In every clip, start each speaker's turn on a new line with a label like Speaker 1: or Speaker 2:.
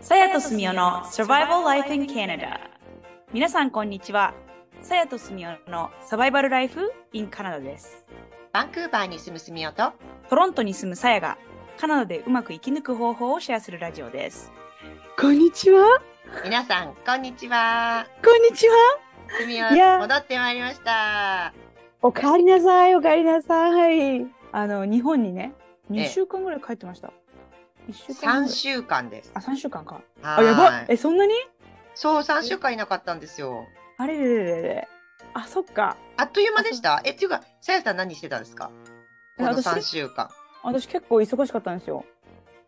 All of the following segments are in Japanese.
Speaker 1: さやとすみおの Survival Life in Canada 皆さんこんにちはさやとすみおのサバイバルライフ in カナダです
Speaker 2: バンクーバーに住むすみおと
Speaker 1: トロントに住むさやがカナダでうまく生き抜く方法をシェアするラジオです
Speaker 3: こんにちは。
Speaker 2: 皆さんこんにちは
Speaker 3: こんにちは。
Speaker 2: すみお
Speaker 3: いや
Speaker 2: 戻ってまいりました
Speaker 3: おかえりなさい。おかえりなさい。
Speaker 1: あの日本にね
Speaker 2: ええ
Speaker 1: 2週間ぐらい帰ってました1週間
Speaker 2: 三
Speaker 1: ぐらい
Speaker 2: 週間です
Speaker 1: あ3週間か
Speaker 2: あ
Speaker 1: あやばいえそんなに
Speaker 2: そう三週間いなかったんですよ
Speaker 1: あれれれれれあそっか
Speaker 2: あっという間でしたえっていうかさやさん何してたんですか
Speaker 1: え
Speaker 2: この
Speaker 1: 私
Speaker 2: 三週間
Speaker 1: 私結構忙しかったんですよ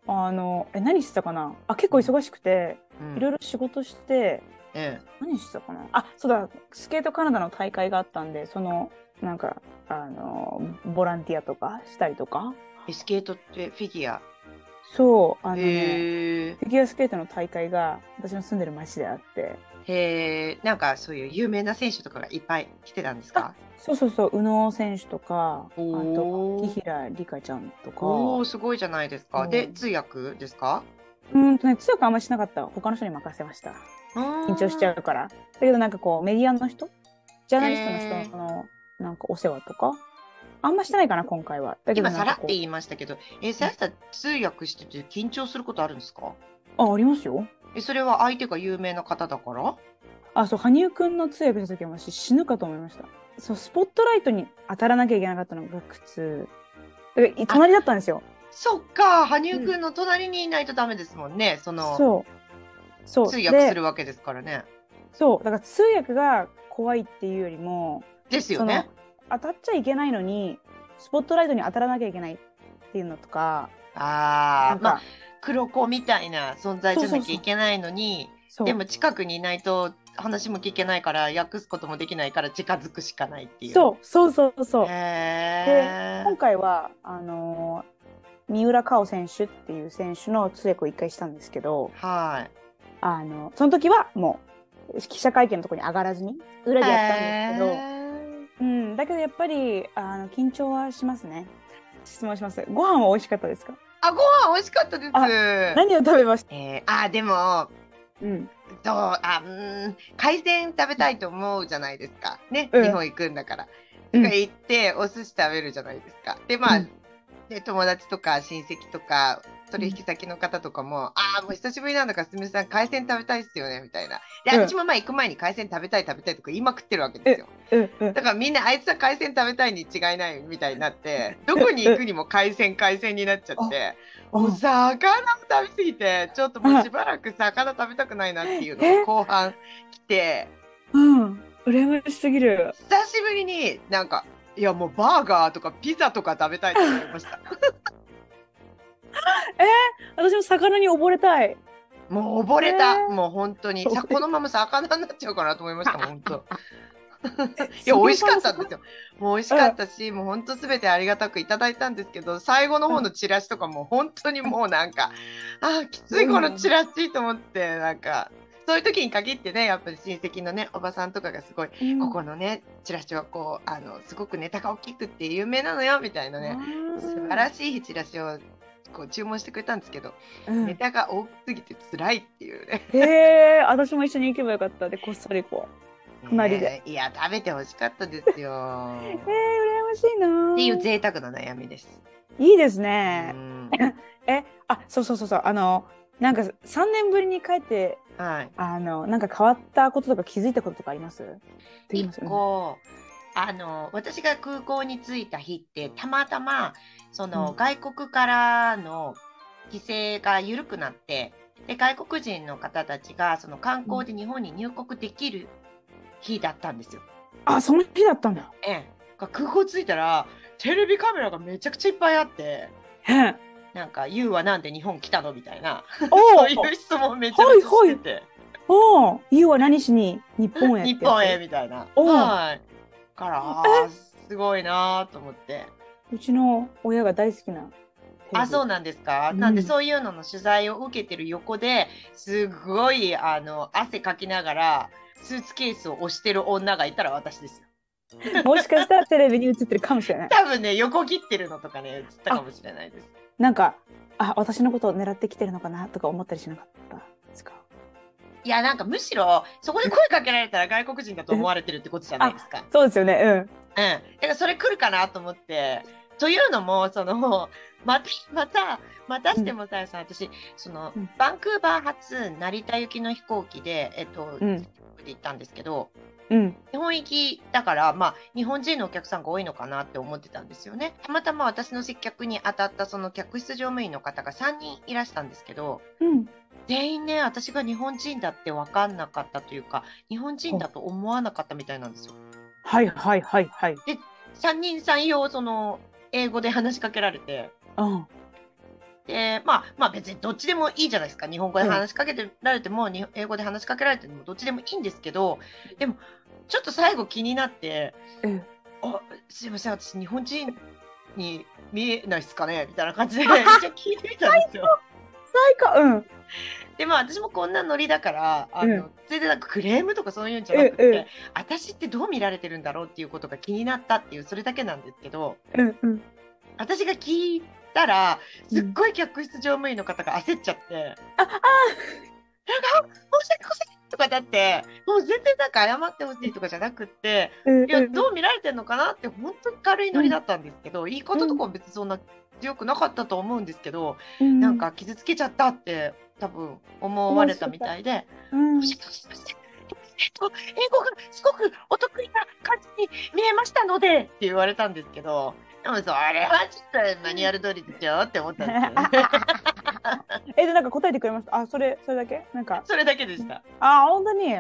Speaker 1: あのえ何してたかなあ結構忙しくて
Speaker 2: うん
Speaker 1: いろいろ仕事して
Speaker 2: え
Speaker 1: 何してたかなあそうだスケートカナダの大会があったんでそのなんかあのボランティアとかしたりとか
Speaker 2: えスケートってフィギュア
Speaker 1: そうあの、ね、
Speaker 2: へえ
Speaker 1: フィギュアスケートの大会が私の住んでる町であって
Speaker 2: へえなんかそういう有名な選手とかがいっぱい来てたんですか
Speaker 1: そうそうそう宇野選手とかあ
Speaker 2: お
Speaker 1: と
Speaker 2: ー
Speaker 1: 紀平梨花ちゃんとか
Speaker 2: おおすごいじゃないですか、で
Speaker 1: うん
Speaker 2: 通訳ですか
Speaker 1: うーんとね強くあんまりしなかった他の人に任せました緊
Speaker 2: 緊
Speaker 1: 張しちゃうから。だけどなんかこうメディアの人ジャーナリストの
Speaker 2: へ
Speaker 1: 人
Speaker 2: ー
Speaker 1: のなんかお世話とかあんましてないかな今回は。だけど
Speaker 2: 今
Speaker 1: な
Speaker 2: さ
Speaker 1: んか
Speaker 2: らって
Speaker 1: こう
Speaker 2: 言いましたけど、えさやさん通訳してて緊張することあるんですか？
Speaker 1: あありますよ。
Speaker 2: えそれは相手が有名な方だから？
Speaker 1: あそう羽生くんの通訳した時は私死ぬかと思いました。そうスポットライトに当たらなきゃいけなかったのが苦痛。だからい隣だったんですよ。
Speaker 2: そっか、羽生くんの隣にいないとダメですもんね。その
Speaker 1: そう。そう。
Speaker 2: 通訳す
Speaker 1: で
Speaker 2: るわけですからね。
Speaker 1: そうだから通訳が怖いっていうよりも
Speaker 2: ですよ
Speaker 1: そ
Speaker 2: ね。
Speaker 1: の当たっちゃいけないのにスポットライトに当たらなきゃいけないっていうのとかなん
Speaker 2: ああ、
Speaker 1: か、
Speaker 2: まあ黒子みたいな存在じゃなきゃいけないのに、
Speaker 1: そう
Speaker 2: でも近くにいないと話も聞けないから訳すこともできないから近づくしかないっていう。
Speaker 1: そうそうそうそう。
Speaker 2: へー
Speaker 1: 今回はあのー三浦佳生選手っていう選手の通訳を一回したんですけど、
Speaker 2: はい。
Speaker 1: あのその時はもう記者会見のところに上がらずに裏でやったんですけど、うん、だけどやっぱりあの緊張はしますね。質問します。ご飯は美味しかったですか？
Speaker 2: あ、ご飯美味しかったです。
Speaker 1: あ何を食べました？
Speaker 2: えー、あーでも
Speaker 1: うん、
Speaker 2: どうあうーん海鮮食べたいと思うじゃないですかね、
Speaker 1: うん
Speaker 2: 日本行くんだから、
Speaker 1: うん
Speaker 2: とか行ってお寿司食べるじゃないですかでまあ、
Speaker 1: うん
Speaker 2: で友達とか親戚とか取引先の方とかも「ああもう久しぶりなんだからすみません海鮮食べたいっすよね」みたいなで
Speaker 1: うん
Speaker 2: 私もまあ行く前に海鮮食べたい食べたいとか言いまくってるわけですよ
Speaker 1: うん、うん
Speaker 2: だからみんなあいつは海鮮食べたいに違いないみたいになってどこに行くにも海鮮海鮮になっちゃって。もう魚も食べ過ぎてちょっともうしばらく魚食べたくないなっていうのが後半来て
Speaker 1: うん、羨ましすぎる。
Speaker 2: 久しぶりになんかいやもうバーガーとかピザとか食べたいと思いました
Speaker 1: 私も魚に溺れたい。
Speaker 2: もう溺れた、
Speaker 1: えー
Speaker 2: もう本当に
Speaker 1: 溺れ
Speaker 2: さ
Speaker 1: た
Speaker 2: このまま魚になっちゃうかなと思いましたもん本当いや美味しかったんですよもう美味しかったし、もう本当すべてありがたくいただいたんですけど最後の方のチラシとかも本当にもうなんかあーきついこのチラシと思ってなんかそういう時に限ってねやっぱり親戚のねおばさんとかがすごい
Speaker 1: うん
Speaker 2: ここのねチラシはこうあのすごくネタが大きくって有名なのよみたいなね素晴らしいチラシをこう注文してくれたんですけど、
Speaker 1: うん
Speaker 2: ネタが大きすぎて辛いっていうね。
Speaker 1: へえ、私も一緒に行けばよかったでこっそりこう。 隣で
Speaker 2: ね えいや食べてほしかったですよ。
Speaker 1: えー、羨ましいなー。
Speaker 2: っていう贅沢な悩みです。
Speaker 1: いいです
Speaker 2: う
Speaker 1: ね。
Speaker 2: ん
Speaker 1: え、あ、そうそうそうそう、あの、なんか三年ぶりに帰って、
Speaker 2: はい。
Speaker 1: あの、なんか変わったこととか気づいたこととかあります。できま
Speaker 2: 一
Speaker 1: す
Speaker 2: 個あの私が空港に着いた日ってたまたまその、
Speaker 1: うん
Speaker 2: 外国からの規制が緩くなってで外国人の方たちがその観光で日本に入国できる日だったんですよ。
Speaker 1: あ、その日だったんだ。
Speaker 2: ええ、が空港着いたらテレビカメラがめちゃくちゃいっぱいあって
Speaker 1: へ ん。
Speaker 2: なんか「ユウはなんで日本来たの?」みたいな
Speaker 1: お
Speaker 2: そう
Speaker 1: お
Speaker 2: いう質問めちゃくちゃしてて。
Speaker 1: おお、ゆうは何しに日本へってや
Speaker 2: 日
Speaker 1: つ。
Speaker 2: 本へみたいな。
Speaker 1: おう
Speaker 2: はい。から、あーすごいなーと思って。
Speaker 1: うちの親が大好きな。
Speaker 2: あ、そう
Speaker 1: な。
Speaker 2: なんですか。
Speaker 1: うん
Speaker 2: なんで、そういうのの取材を受けてる横で、すごい、あの、汗かきながら、スーツケースを押してる女がいたら私ですよ。
Speaker 1: もしかしたらテレビに映ってるかもしれない。
Speaker 2: 多分ね、横切ってるのとかね、映ったかもしれないです。
Speaker 1: なんか、あ、私のことを狙ってきてるのかなとか思ったりしなかったですか。
Speaker 2: いや、なんかむしろ、そこで声かけられたら外国人だと思われてるってことじゃないですか。うん。
Speaker 1: そうですよね。うん。
Speaker 2: だからそれ来るかなと思って。というのも、その、 また、また、またしてもさやさん、私、その
Speaker 1: うん、
Speaker 2: バンクーバー発成田行きの飛行機で、えっと、
Speaker 1: うん
Speaker 2: で行ったんですけど、
Speaker 1: うん。
Speaker 2: 日本行きだから、まあ、日本人のお客さんが多いのかなって思ってたんですよね。たまたま私の接客に当たったその客室乗務員の方が3人いらしたんですけど、
Speaker 1: うん。
Speaker 2: 全員ね、私が日本人だって分かんなかったというか、日本人だと思わなかったみたいなんですよ。
Speaker 1: はいはいはいはい。
Speaker 2: 3人3用、その、英語で話しかけられて、
Speaker 1: うん。
Speaker 2: で、まあ、まあ別にどっちでもいいじゃないですか。日本語で話しかけてられても、に英語で話しかけられてもどっちでもいいんですけど、でも、ちょっと最後気になって、
Speaker 1: うん
Speaker 2: あ、すいません、私日本人に見えないですかねみたいな感 じで、一応聞いてみたんですよ。
Speaker 1: 最高。うん。
Speaker 2: で、まあ私もこんなノリだから、あ
Speaker 1: う
Speaker 2: の、全然なんかクレームとかそういうんじゃなくて、
Speaker 1: うんうん
Speaker 2: 私ってどう見られてるんだろうっていうことが気になったっていう、それだけなんですけど、
Speaker 1: うんうん。
Speaker 2: 私が聞いたらすっごい客室乗務員の方が焦っちゃって、なんかあ申し訳ございませんとかだってもう全然なんか謝ってほしいとかじゃなくって
Speaker 1: うん
Speaker 2: いやどう見られてるのかなって本当に軽いノリだったんですけど、いいこととかは別にそんな強くなかったと思うんですけど、
Speaker 1: うん
Speaker 2: なんか傷つけちゃったって多分思われたみたいで。
Speaker 1: うん
Speaker 2: 申し訳ございません。えっと、英語がすごくお得意な感じに見えましたのでって言われたんですけど、でもそれはちょっとマニュアル通りでしょって思ったんですよ ね。
Speaker 1: え、で、なんか答えてくれました。あ、それ、それだけなんか、
Speaker 2: それだけでした。
Speaker 1: あ、本当に。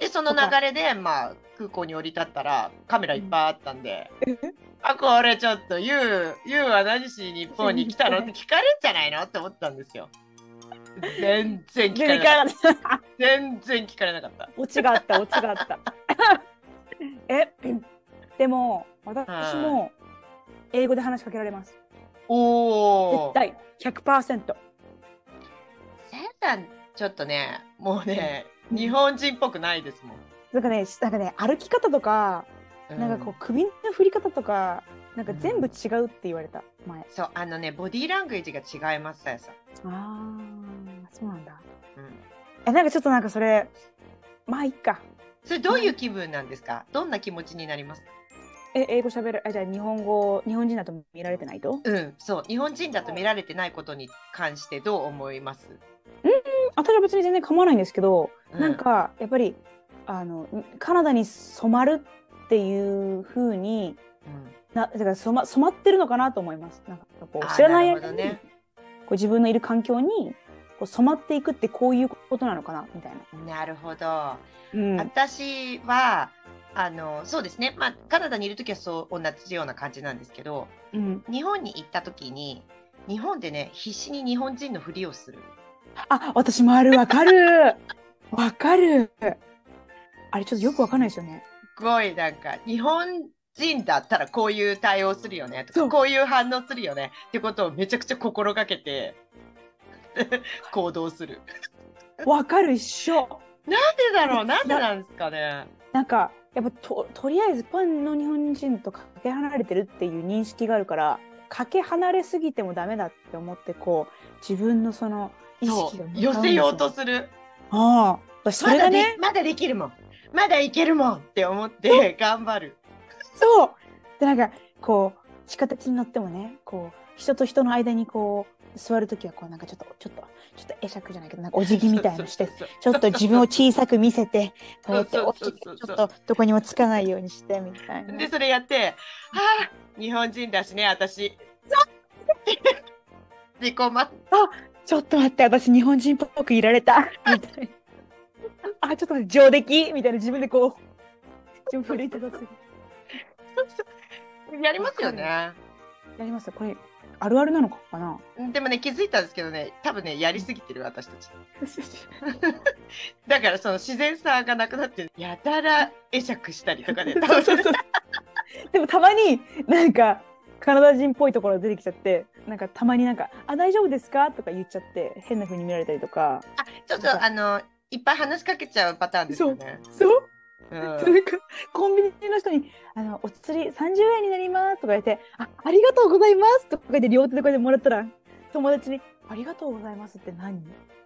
Speaker 2: で、その流れで、まあ、空港に降り立ったらカメラいっぱいあったんで、
Speaker 1: え
Speaker 2: あ、これちょっと、ユウ、ユウは何しに日本に来たのって聞かれるんじゃないのって思ったん ですよ。全然聞か
Speaker 1: 全
Speaker 2: れなかっ
Speaker 1: 然聞かなかった。
Speaker 2: た。全然聞かれなかった。
Speaker 1: オチがあった、オチがあ った。え、でも、私も、英語で話しかけられます。
Speaker 2: お
Speaker 1: 絶
Speaker 2: ー。
Speaker 1: 対、100%。
Speaker 2: さやさん、ちょっとね、もうね、
Speaker 1: うん
Speaker 2: 日本人っぽくないですもん。
Speaker 1: なんかね、しなんかね、歩き方とか、
Speaker 2: うん
Speaker 1: なんかこう、首の振り方とか、なんか全部違うって言われた、前。
Speaker 2: そう、あのね、ボディーランゲージが違います、さやさん。
Speaker 1: ああ、そうなんだ。
Speaker 2: うん
Speaker 1: え、なんかちょっとなんかそれ、まあいいか。
Speaker 2: それどういう気分なんですか、どんな気持ちになります
Speaker 1: え、英語喋る、あ、じゃあ日本語、日本人だと見られてないと。
Speaker 2: うん、そう、日本人だと見られてないことに関してどう思います、
Speaker 1: 私は別に全然構わないんですけど、
Speaker 2: う
Speaker 1: なん、かやっぱりあのカナダに染まるっていう風に
Speaker 2: うん
Speaker 1: なだから染ま染まってるのかなと思います。なんかこ
Speaker 2: あ
Speaker 1: う
Speaker 2: ー
Speaker 1: 知らない
Speaker 2: なるほ
Speaker 1: 間
Speaker 2: ど
Speaker 1: に、
Speaker 2: ね
Speaker 1: こう自分のいる環境にこう染まっていくってこういうことなのかなみたいな。
Speaker 2: なるほど。
Speaker 1: うん
Speaker 2: 私は、あの、そうですね、まあ、カナダにいるときはそう、同じような感じなんですけど、
Speaker 1: うん、
Speaker 2: 日本に行ったときに、日本でね、必死に日本人のふりをする。
Speaker 1: あ私もあるわかるわかるあれちょっとよくわかんないですよね。
Speaker 2: すごいなんか日本人だったらこういう対応するよねと
Speaker 1: そ
Speaker 2: か
Speaker 1: う
Speaker 2: こういう反応するよねってことをめちゃくちゃ心が けて行動する。
Speaker 1: わかる一緒
Speaker 2: なんでだろうなんでなんですかね。
Speaker 1: なんかやっぱととりあえず一般の日本人とかけ離れてるっていう認識があるからかけ離れすぎてもダメだって思ってこう自分のその意
Speaker 2: そ
Speaker 1: 識が向かうん
Speaker 2: う
Speaker 1: ですよ
Speaker 2: 寄せようとする。
Speaker 1: ああ私そ
Speaker 2: ま
Speaker 1: れ
Speaker 2: だ
Speaker 1: が
Speaker 2: で
Speaker 1: ね
Speaker 2: まだできるもん。まだいけるもんって思って頑張る。
Speaker 1: そうでなんかこう地下鉄に乗ってもねこう人と人の間にこう座る時はこうなんかちょっとちょっとちょっと会釈じゃないけどなんかお辞儀みたい のして
Speaker 2: そうそう
Speaker 1: ちょっと自分を小さく見せてこうやって
Speaker 2: そう
Speaker 1: 大
Speaker 2: そう
Speaker 1: き
Speaker 2: そう
Speaker 1: く
Speaker 2: そう
Speaker 1: ちょっとどこにもつかないようにしてみたい
Speaker 2: そう
Speaker 1: な
Speaker 2: でそれやって「あー日本人だしね私」 自己満
Speaker 1: ちょっと待って、私日本人っぽくいられた。みたいな。あ、ちょっと待って、上出来みたいな自分でこう、自分奮い立たせる。
Speaker 2: やりますよね。
Speaker 1: やりますこれ、あるあるなのかな
Speaker 2: でもね気づいたんですけどね多分ねやりすぎてる私たちだからその自然さがなくなってやたら会釈したりとかね多
Speaker 1: そうそう
Speaker 2: 分
Speaker 1: そう。でもたまになんか、カナダ人っぽいところが出てきちゃって、なんかたまになんか、あ、大丈夫ですかとか言っちゃって、変な風に見られたりとか。
Speaker 2: ちょっとあのいっぱい話しかけちゃうパターンですよね
Speaker 1: そう
Speaker 2: うん
Speaker 1: それか コンビニの人にあのお釣り30円になりますとか言ってあありがとうございますとか言って両手でこうやってもらったら友達にありがとうございますって何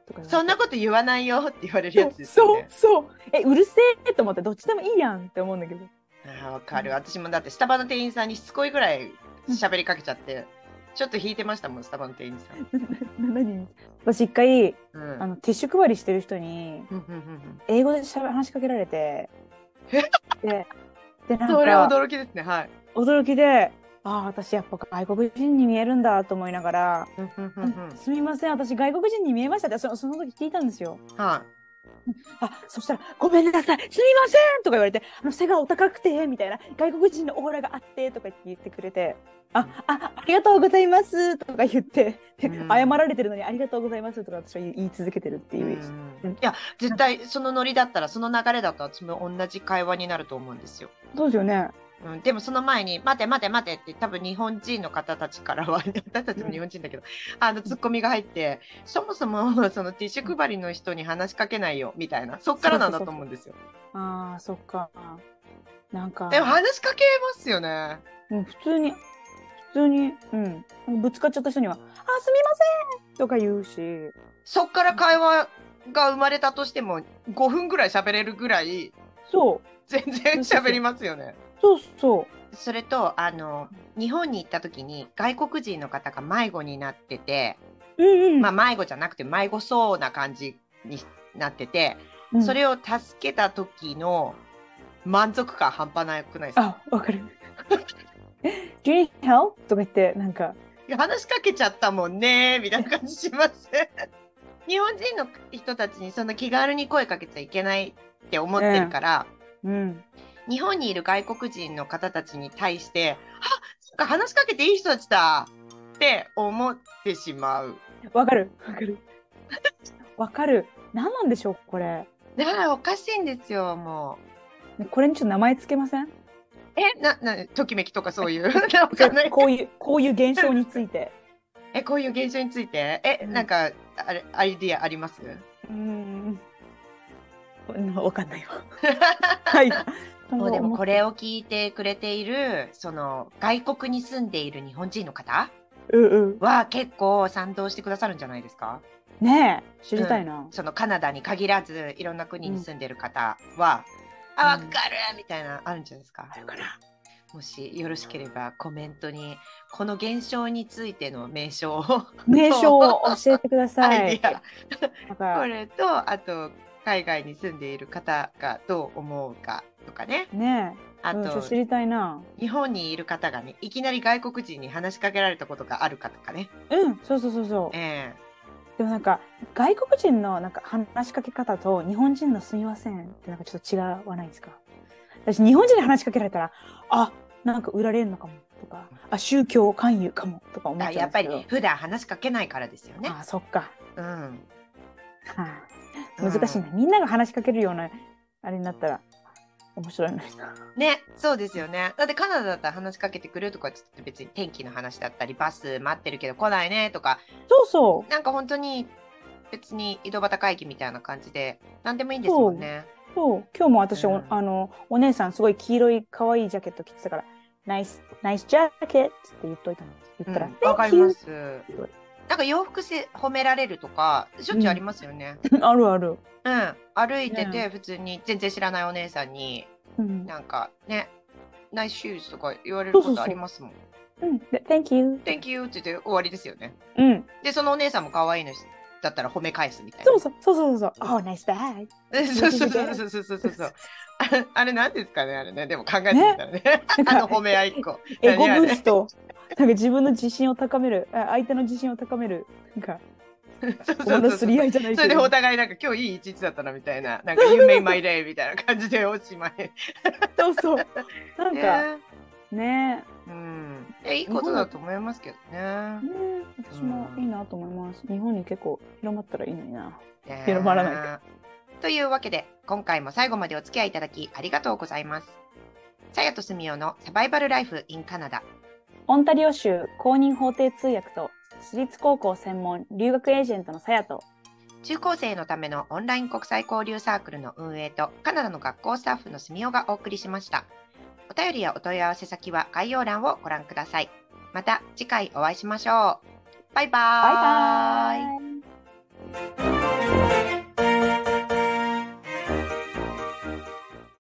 Speaker 1: とか言われて
Speaker 2: そんなこと言わないよって言われるやつですよ
Speaker 1: そう
Speaker 2: ね。
Speaker 1: そうえうるせえと思ってどっちでもいいやんって思うんだけど
Speaker 2: あーわかる。私もだってスタバの店員さんにしつこいぐらい喋りかけちゃって、ちょっと引いてましたもん、スタバの店員さん。
Speaker 1: 何私一回
Speaker 2: うん
Speaker 1: あのティッシュ配りしてる人に
Speaker 2: うんうんうん
Speaker 1: 英語でしゃべ話しかけられて
Speaker 2: え
Speaker 1: でで
Speaker 2: う
Speaker 1: なん
Speaker 2: んそれは
Speaker 1: か
Speaker 2: 驚きですね。はい。
Speaker 1: 驚きでああ私やっぱ外国人に見えるんだと思いながら
Speaker 2: うんうんうんうん
Speaker 1: すみません、私外国人に見えましたって、そのその時聞いたんですよ。
Speaker 2: は
Speaker 1: あ、そしたら、ごめんなさい、すみませんとか言われて、あの背がお高くてみたいな、外国人のオーラがあってとか言ってくれて。あ、あ、ありがとうございますとか言って、で
Speaker 2: うん
Speaker 1: 謝られてるのに、ありがとうございますとか、私は言い言い続けてるって
Speaker 2: い。
Speaker 1: いうう。
Speaker 2: んいや絶対そのノリだったらその流れだと私も同じ会話になると思うんですよ。
Speaker 1: そうですよね。
Speaker 2: うん、でもその前に「待て待て待て」って多分日本人の方たちからは私たちも日本人だけど、あのツッコミが入ってそもそもそのティッシュ配りの人に話しかけないよみたいなそっからなんだと思うんですよ。
Speaker 1: ああ、そっか。なんか。
Speaker 2: でも話しかけますよね。
Speaker 1: うん、普通に。普通に、うん、ぶつかっちゃった人には、あ、すみませんとか言うし。
Speaker 2: そっから会話が生まれたとしても5分ぐらい喋れるぐらい
Speaker 1: そう、
Speaker 2: 全然喋りますよね。
Speaker 1: そうそう。
Speaker 2: それとあの日本に行った時に外国人の方が迷子になってて、
Speaker 1: うんうん。
Speaker 2: まあ、迷子じゃなくて迷子そうな感じになってて、
Speaker 1: うん
Speaker 2: それを助けた時の満足感半端なくないですか
Speaker 1: あ、わかる。Do you need help? とか言って、なんか、
Speaker 2: いや話しかけちゃったもんねみたいな感じします 日本人の人たちにそんな気軽に声かけちゃいけないって思ってるから、
Speaker 1: うん。
Speaker 2: 日本にいる外国人の方たちに対してあそっか話しかけていい人たちだって思ってしまう。
Speaker 1: わかる。わかる。わかる。何なんでしょう、これ。
Speaker 2: だからおかしいんですよも
Speaker 1: ねこれにちょっと名前つけません
Speaker 2: う。えななときめきとかそういう なんかない
Speaker 1: こういう、こういう現象について。
Speaker 2: えこういう現象についてえ
Speaker 1: うん
Speaker 2: なんかあれアイディアあります
Speaker 1: うーん。うんわかんない わ。はい。
Speaker 2: そうでもこれを聞いてくれているその外国に住んでいる日本人の方
Speaker 1: うんうん。
Speaker 2: は結構賛同してくださるんじゃないですか
Speaker 1: ねえ、知りたいな。
Speaker 2: そのカナダに限らずいろんな国に住んでる方は、あわか
Speaker 1: う
Speaker 2: る
Speaker 1: ん
Speaker 2: みたいなあるんじゃないですか
Speaker 1: あるかな。
Speaker 2: もしよろしければコメントにこの現象についての名称を
Speaker 1: 名称を教えてくださ
Speaker 2: アイ
Speaker 1: い
Speaker 2: デ。ィア
Speaker 1: なんか
Speaker 2: これとあと海外に住んでいる方がどう思うかとかね
Speaker 1: ねえ、
Speaker 2: あ
Speaker 1: うんちょっ
Speaker 2: と
Speaker 1: と知りたいな。
Speaker 2: 日本にいる方がねいきなり外国人に話しかけられたことがあるかとかね、
Speaker 1: うん、そうそうそうそう。
Speaker 2: え
Speaker 1: でもなんか外国人のなんか話しかけ方と日本人の「すみません」ってなんかちょっと違わないですか私日本人に話しかけられたらあなんか売られるのかもとかあ宗教勧誘かもとか
Speaker 2: え
Speaker 1: 思
Speaker 2: だか
Speaker 1: っ
Speaker 2: ら
Speaker 1: ちゃ
Speaker 2: や
Speaker 1: う
Speaker 2: っ
Speaker 1: んです
Speaker 2: ぱ
Speaker 1: け
Speaker 2: り
Speaker 1: ど、
Speaker 2: 普段話しかけないからですよね
Speaker 1: あ。そっか、
Speaker 2: うん、
Speaker 1: はあ、難しいな、みんなが話しかけるようなあれになったら面白いな
Speaker 2: ねそうですよねだってカナダだったら話しかけてくるとかちょっと別に天気の話だったりバス待ってるけど来ないねとか
Speaker 1: そうそ
Speaker 2: なんか本当に別に井戸端会議みたいな感じで何でもいいんですもんね。
Speaker 1: うそう今日も私、
Speaker 2: う
Speaker 1: お
Speaker 2: ん
Speaker 1: あのお姉さんすごい黄色い可愛いジャケット着てたから「ナイスナイスジャケット」って言っといたの
Speaker 2: う
Speaker 1: 言
Speaker 2: ん
Speaker 1: ったら Thank
Speaker 2: わ、かりま
Speaker 1: you
Speaker 2: す。なんか洋服せ褒められるとかしょっちゅうありますよね。
Speaker 1: あるある、
Speaker 2: うん、歩いて
Speaker 1: ね
Speaker 2: て普通に全然知らないお姉さんに
Speaker 1: うん、
Speaker 2: なんかねナイスシューズとか言われるこ
Speaker 1: そうそう
Speaker 2: と
Speaker 1: そう
Speaker 2: ありますもん。
Speaker 1: うん、で Thank you.
Speaker 2: Thank you って言って終わりですよね。
Speaker 1: うん。
Speaker 2: でそのお姉さんも可愛いのだったら褒め返すみたいな
Speaker 1: そう。そうそうそうそう。Oh, nice bag.
Speaker 2: そうそうそうそうそうそうそうそう。あれあれなんですかねあれねでも考えてみたらね
Speaker 1: なん
Speaker 2: あ
Speaker 1: か
Speaker 2: の褒め合いっ個。
Speaker 1: エゴ
Speaker 2: 何
Speaker 1: ブ
Speaker 2: あれ
Speaker 1: ースト。なんか自分の自信を高める、あ相手の自信を高める、なんか、
Speaker 2: そうそう
Speaker 1: お
Speaker 2: そう
Speaker 1: の
Speaker 2: そう
Speaker 1: すり合いじゃない
Speaker 2: そ
Speaker 1: け
Speaker 2: れで
Speaker 1: ど
Speaker 2: お。互いなんか今日いい一日だったなみたいななんか You made my day みたいな感じでおしまい。
Speaker 1: そうそう。なんか、
Speaker 2: ね
Speaker 1: ね
Speaker 2: うん、えいいことだと思いますけどね
Speaker 1: ね。私もいいなと思います。日本に結構広まったらいいのにな。
Speaker 2: ね
Speaker 1: 広まらないか
Speaker 2: というわけで今回も最後までお付き合いいただきありがとうございます。さやとすみおのサバイバルライフインカナダ
Speaker 1: オンタリオ州公認法廷通訳と、私立高校専門留学エージェントのさやと、
Speaker 2: 中高生のためのオンライン国際交流サークルの運営とカナダの学校スタッフの住おがお送りしましたお便りやお問い合わせ先は概要欄をご覧くださいまた次回お会いしましょうバイバーイ
Speaker 1: バイバイ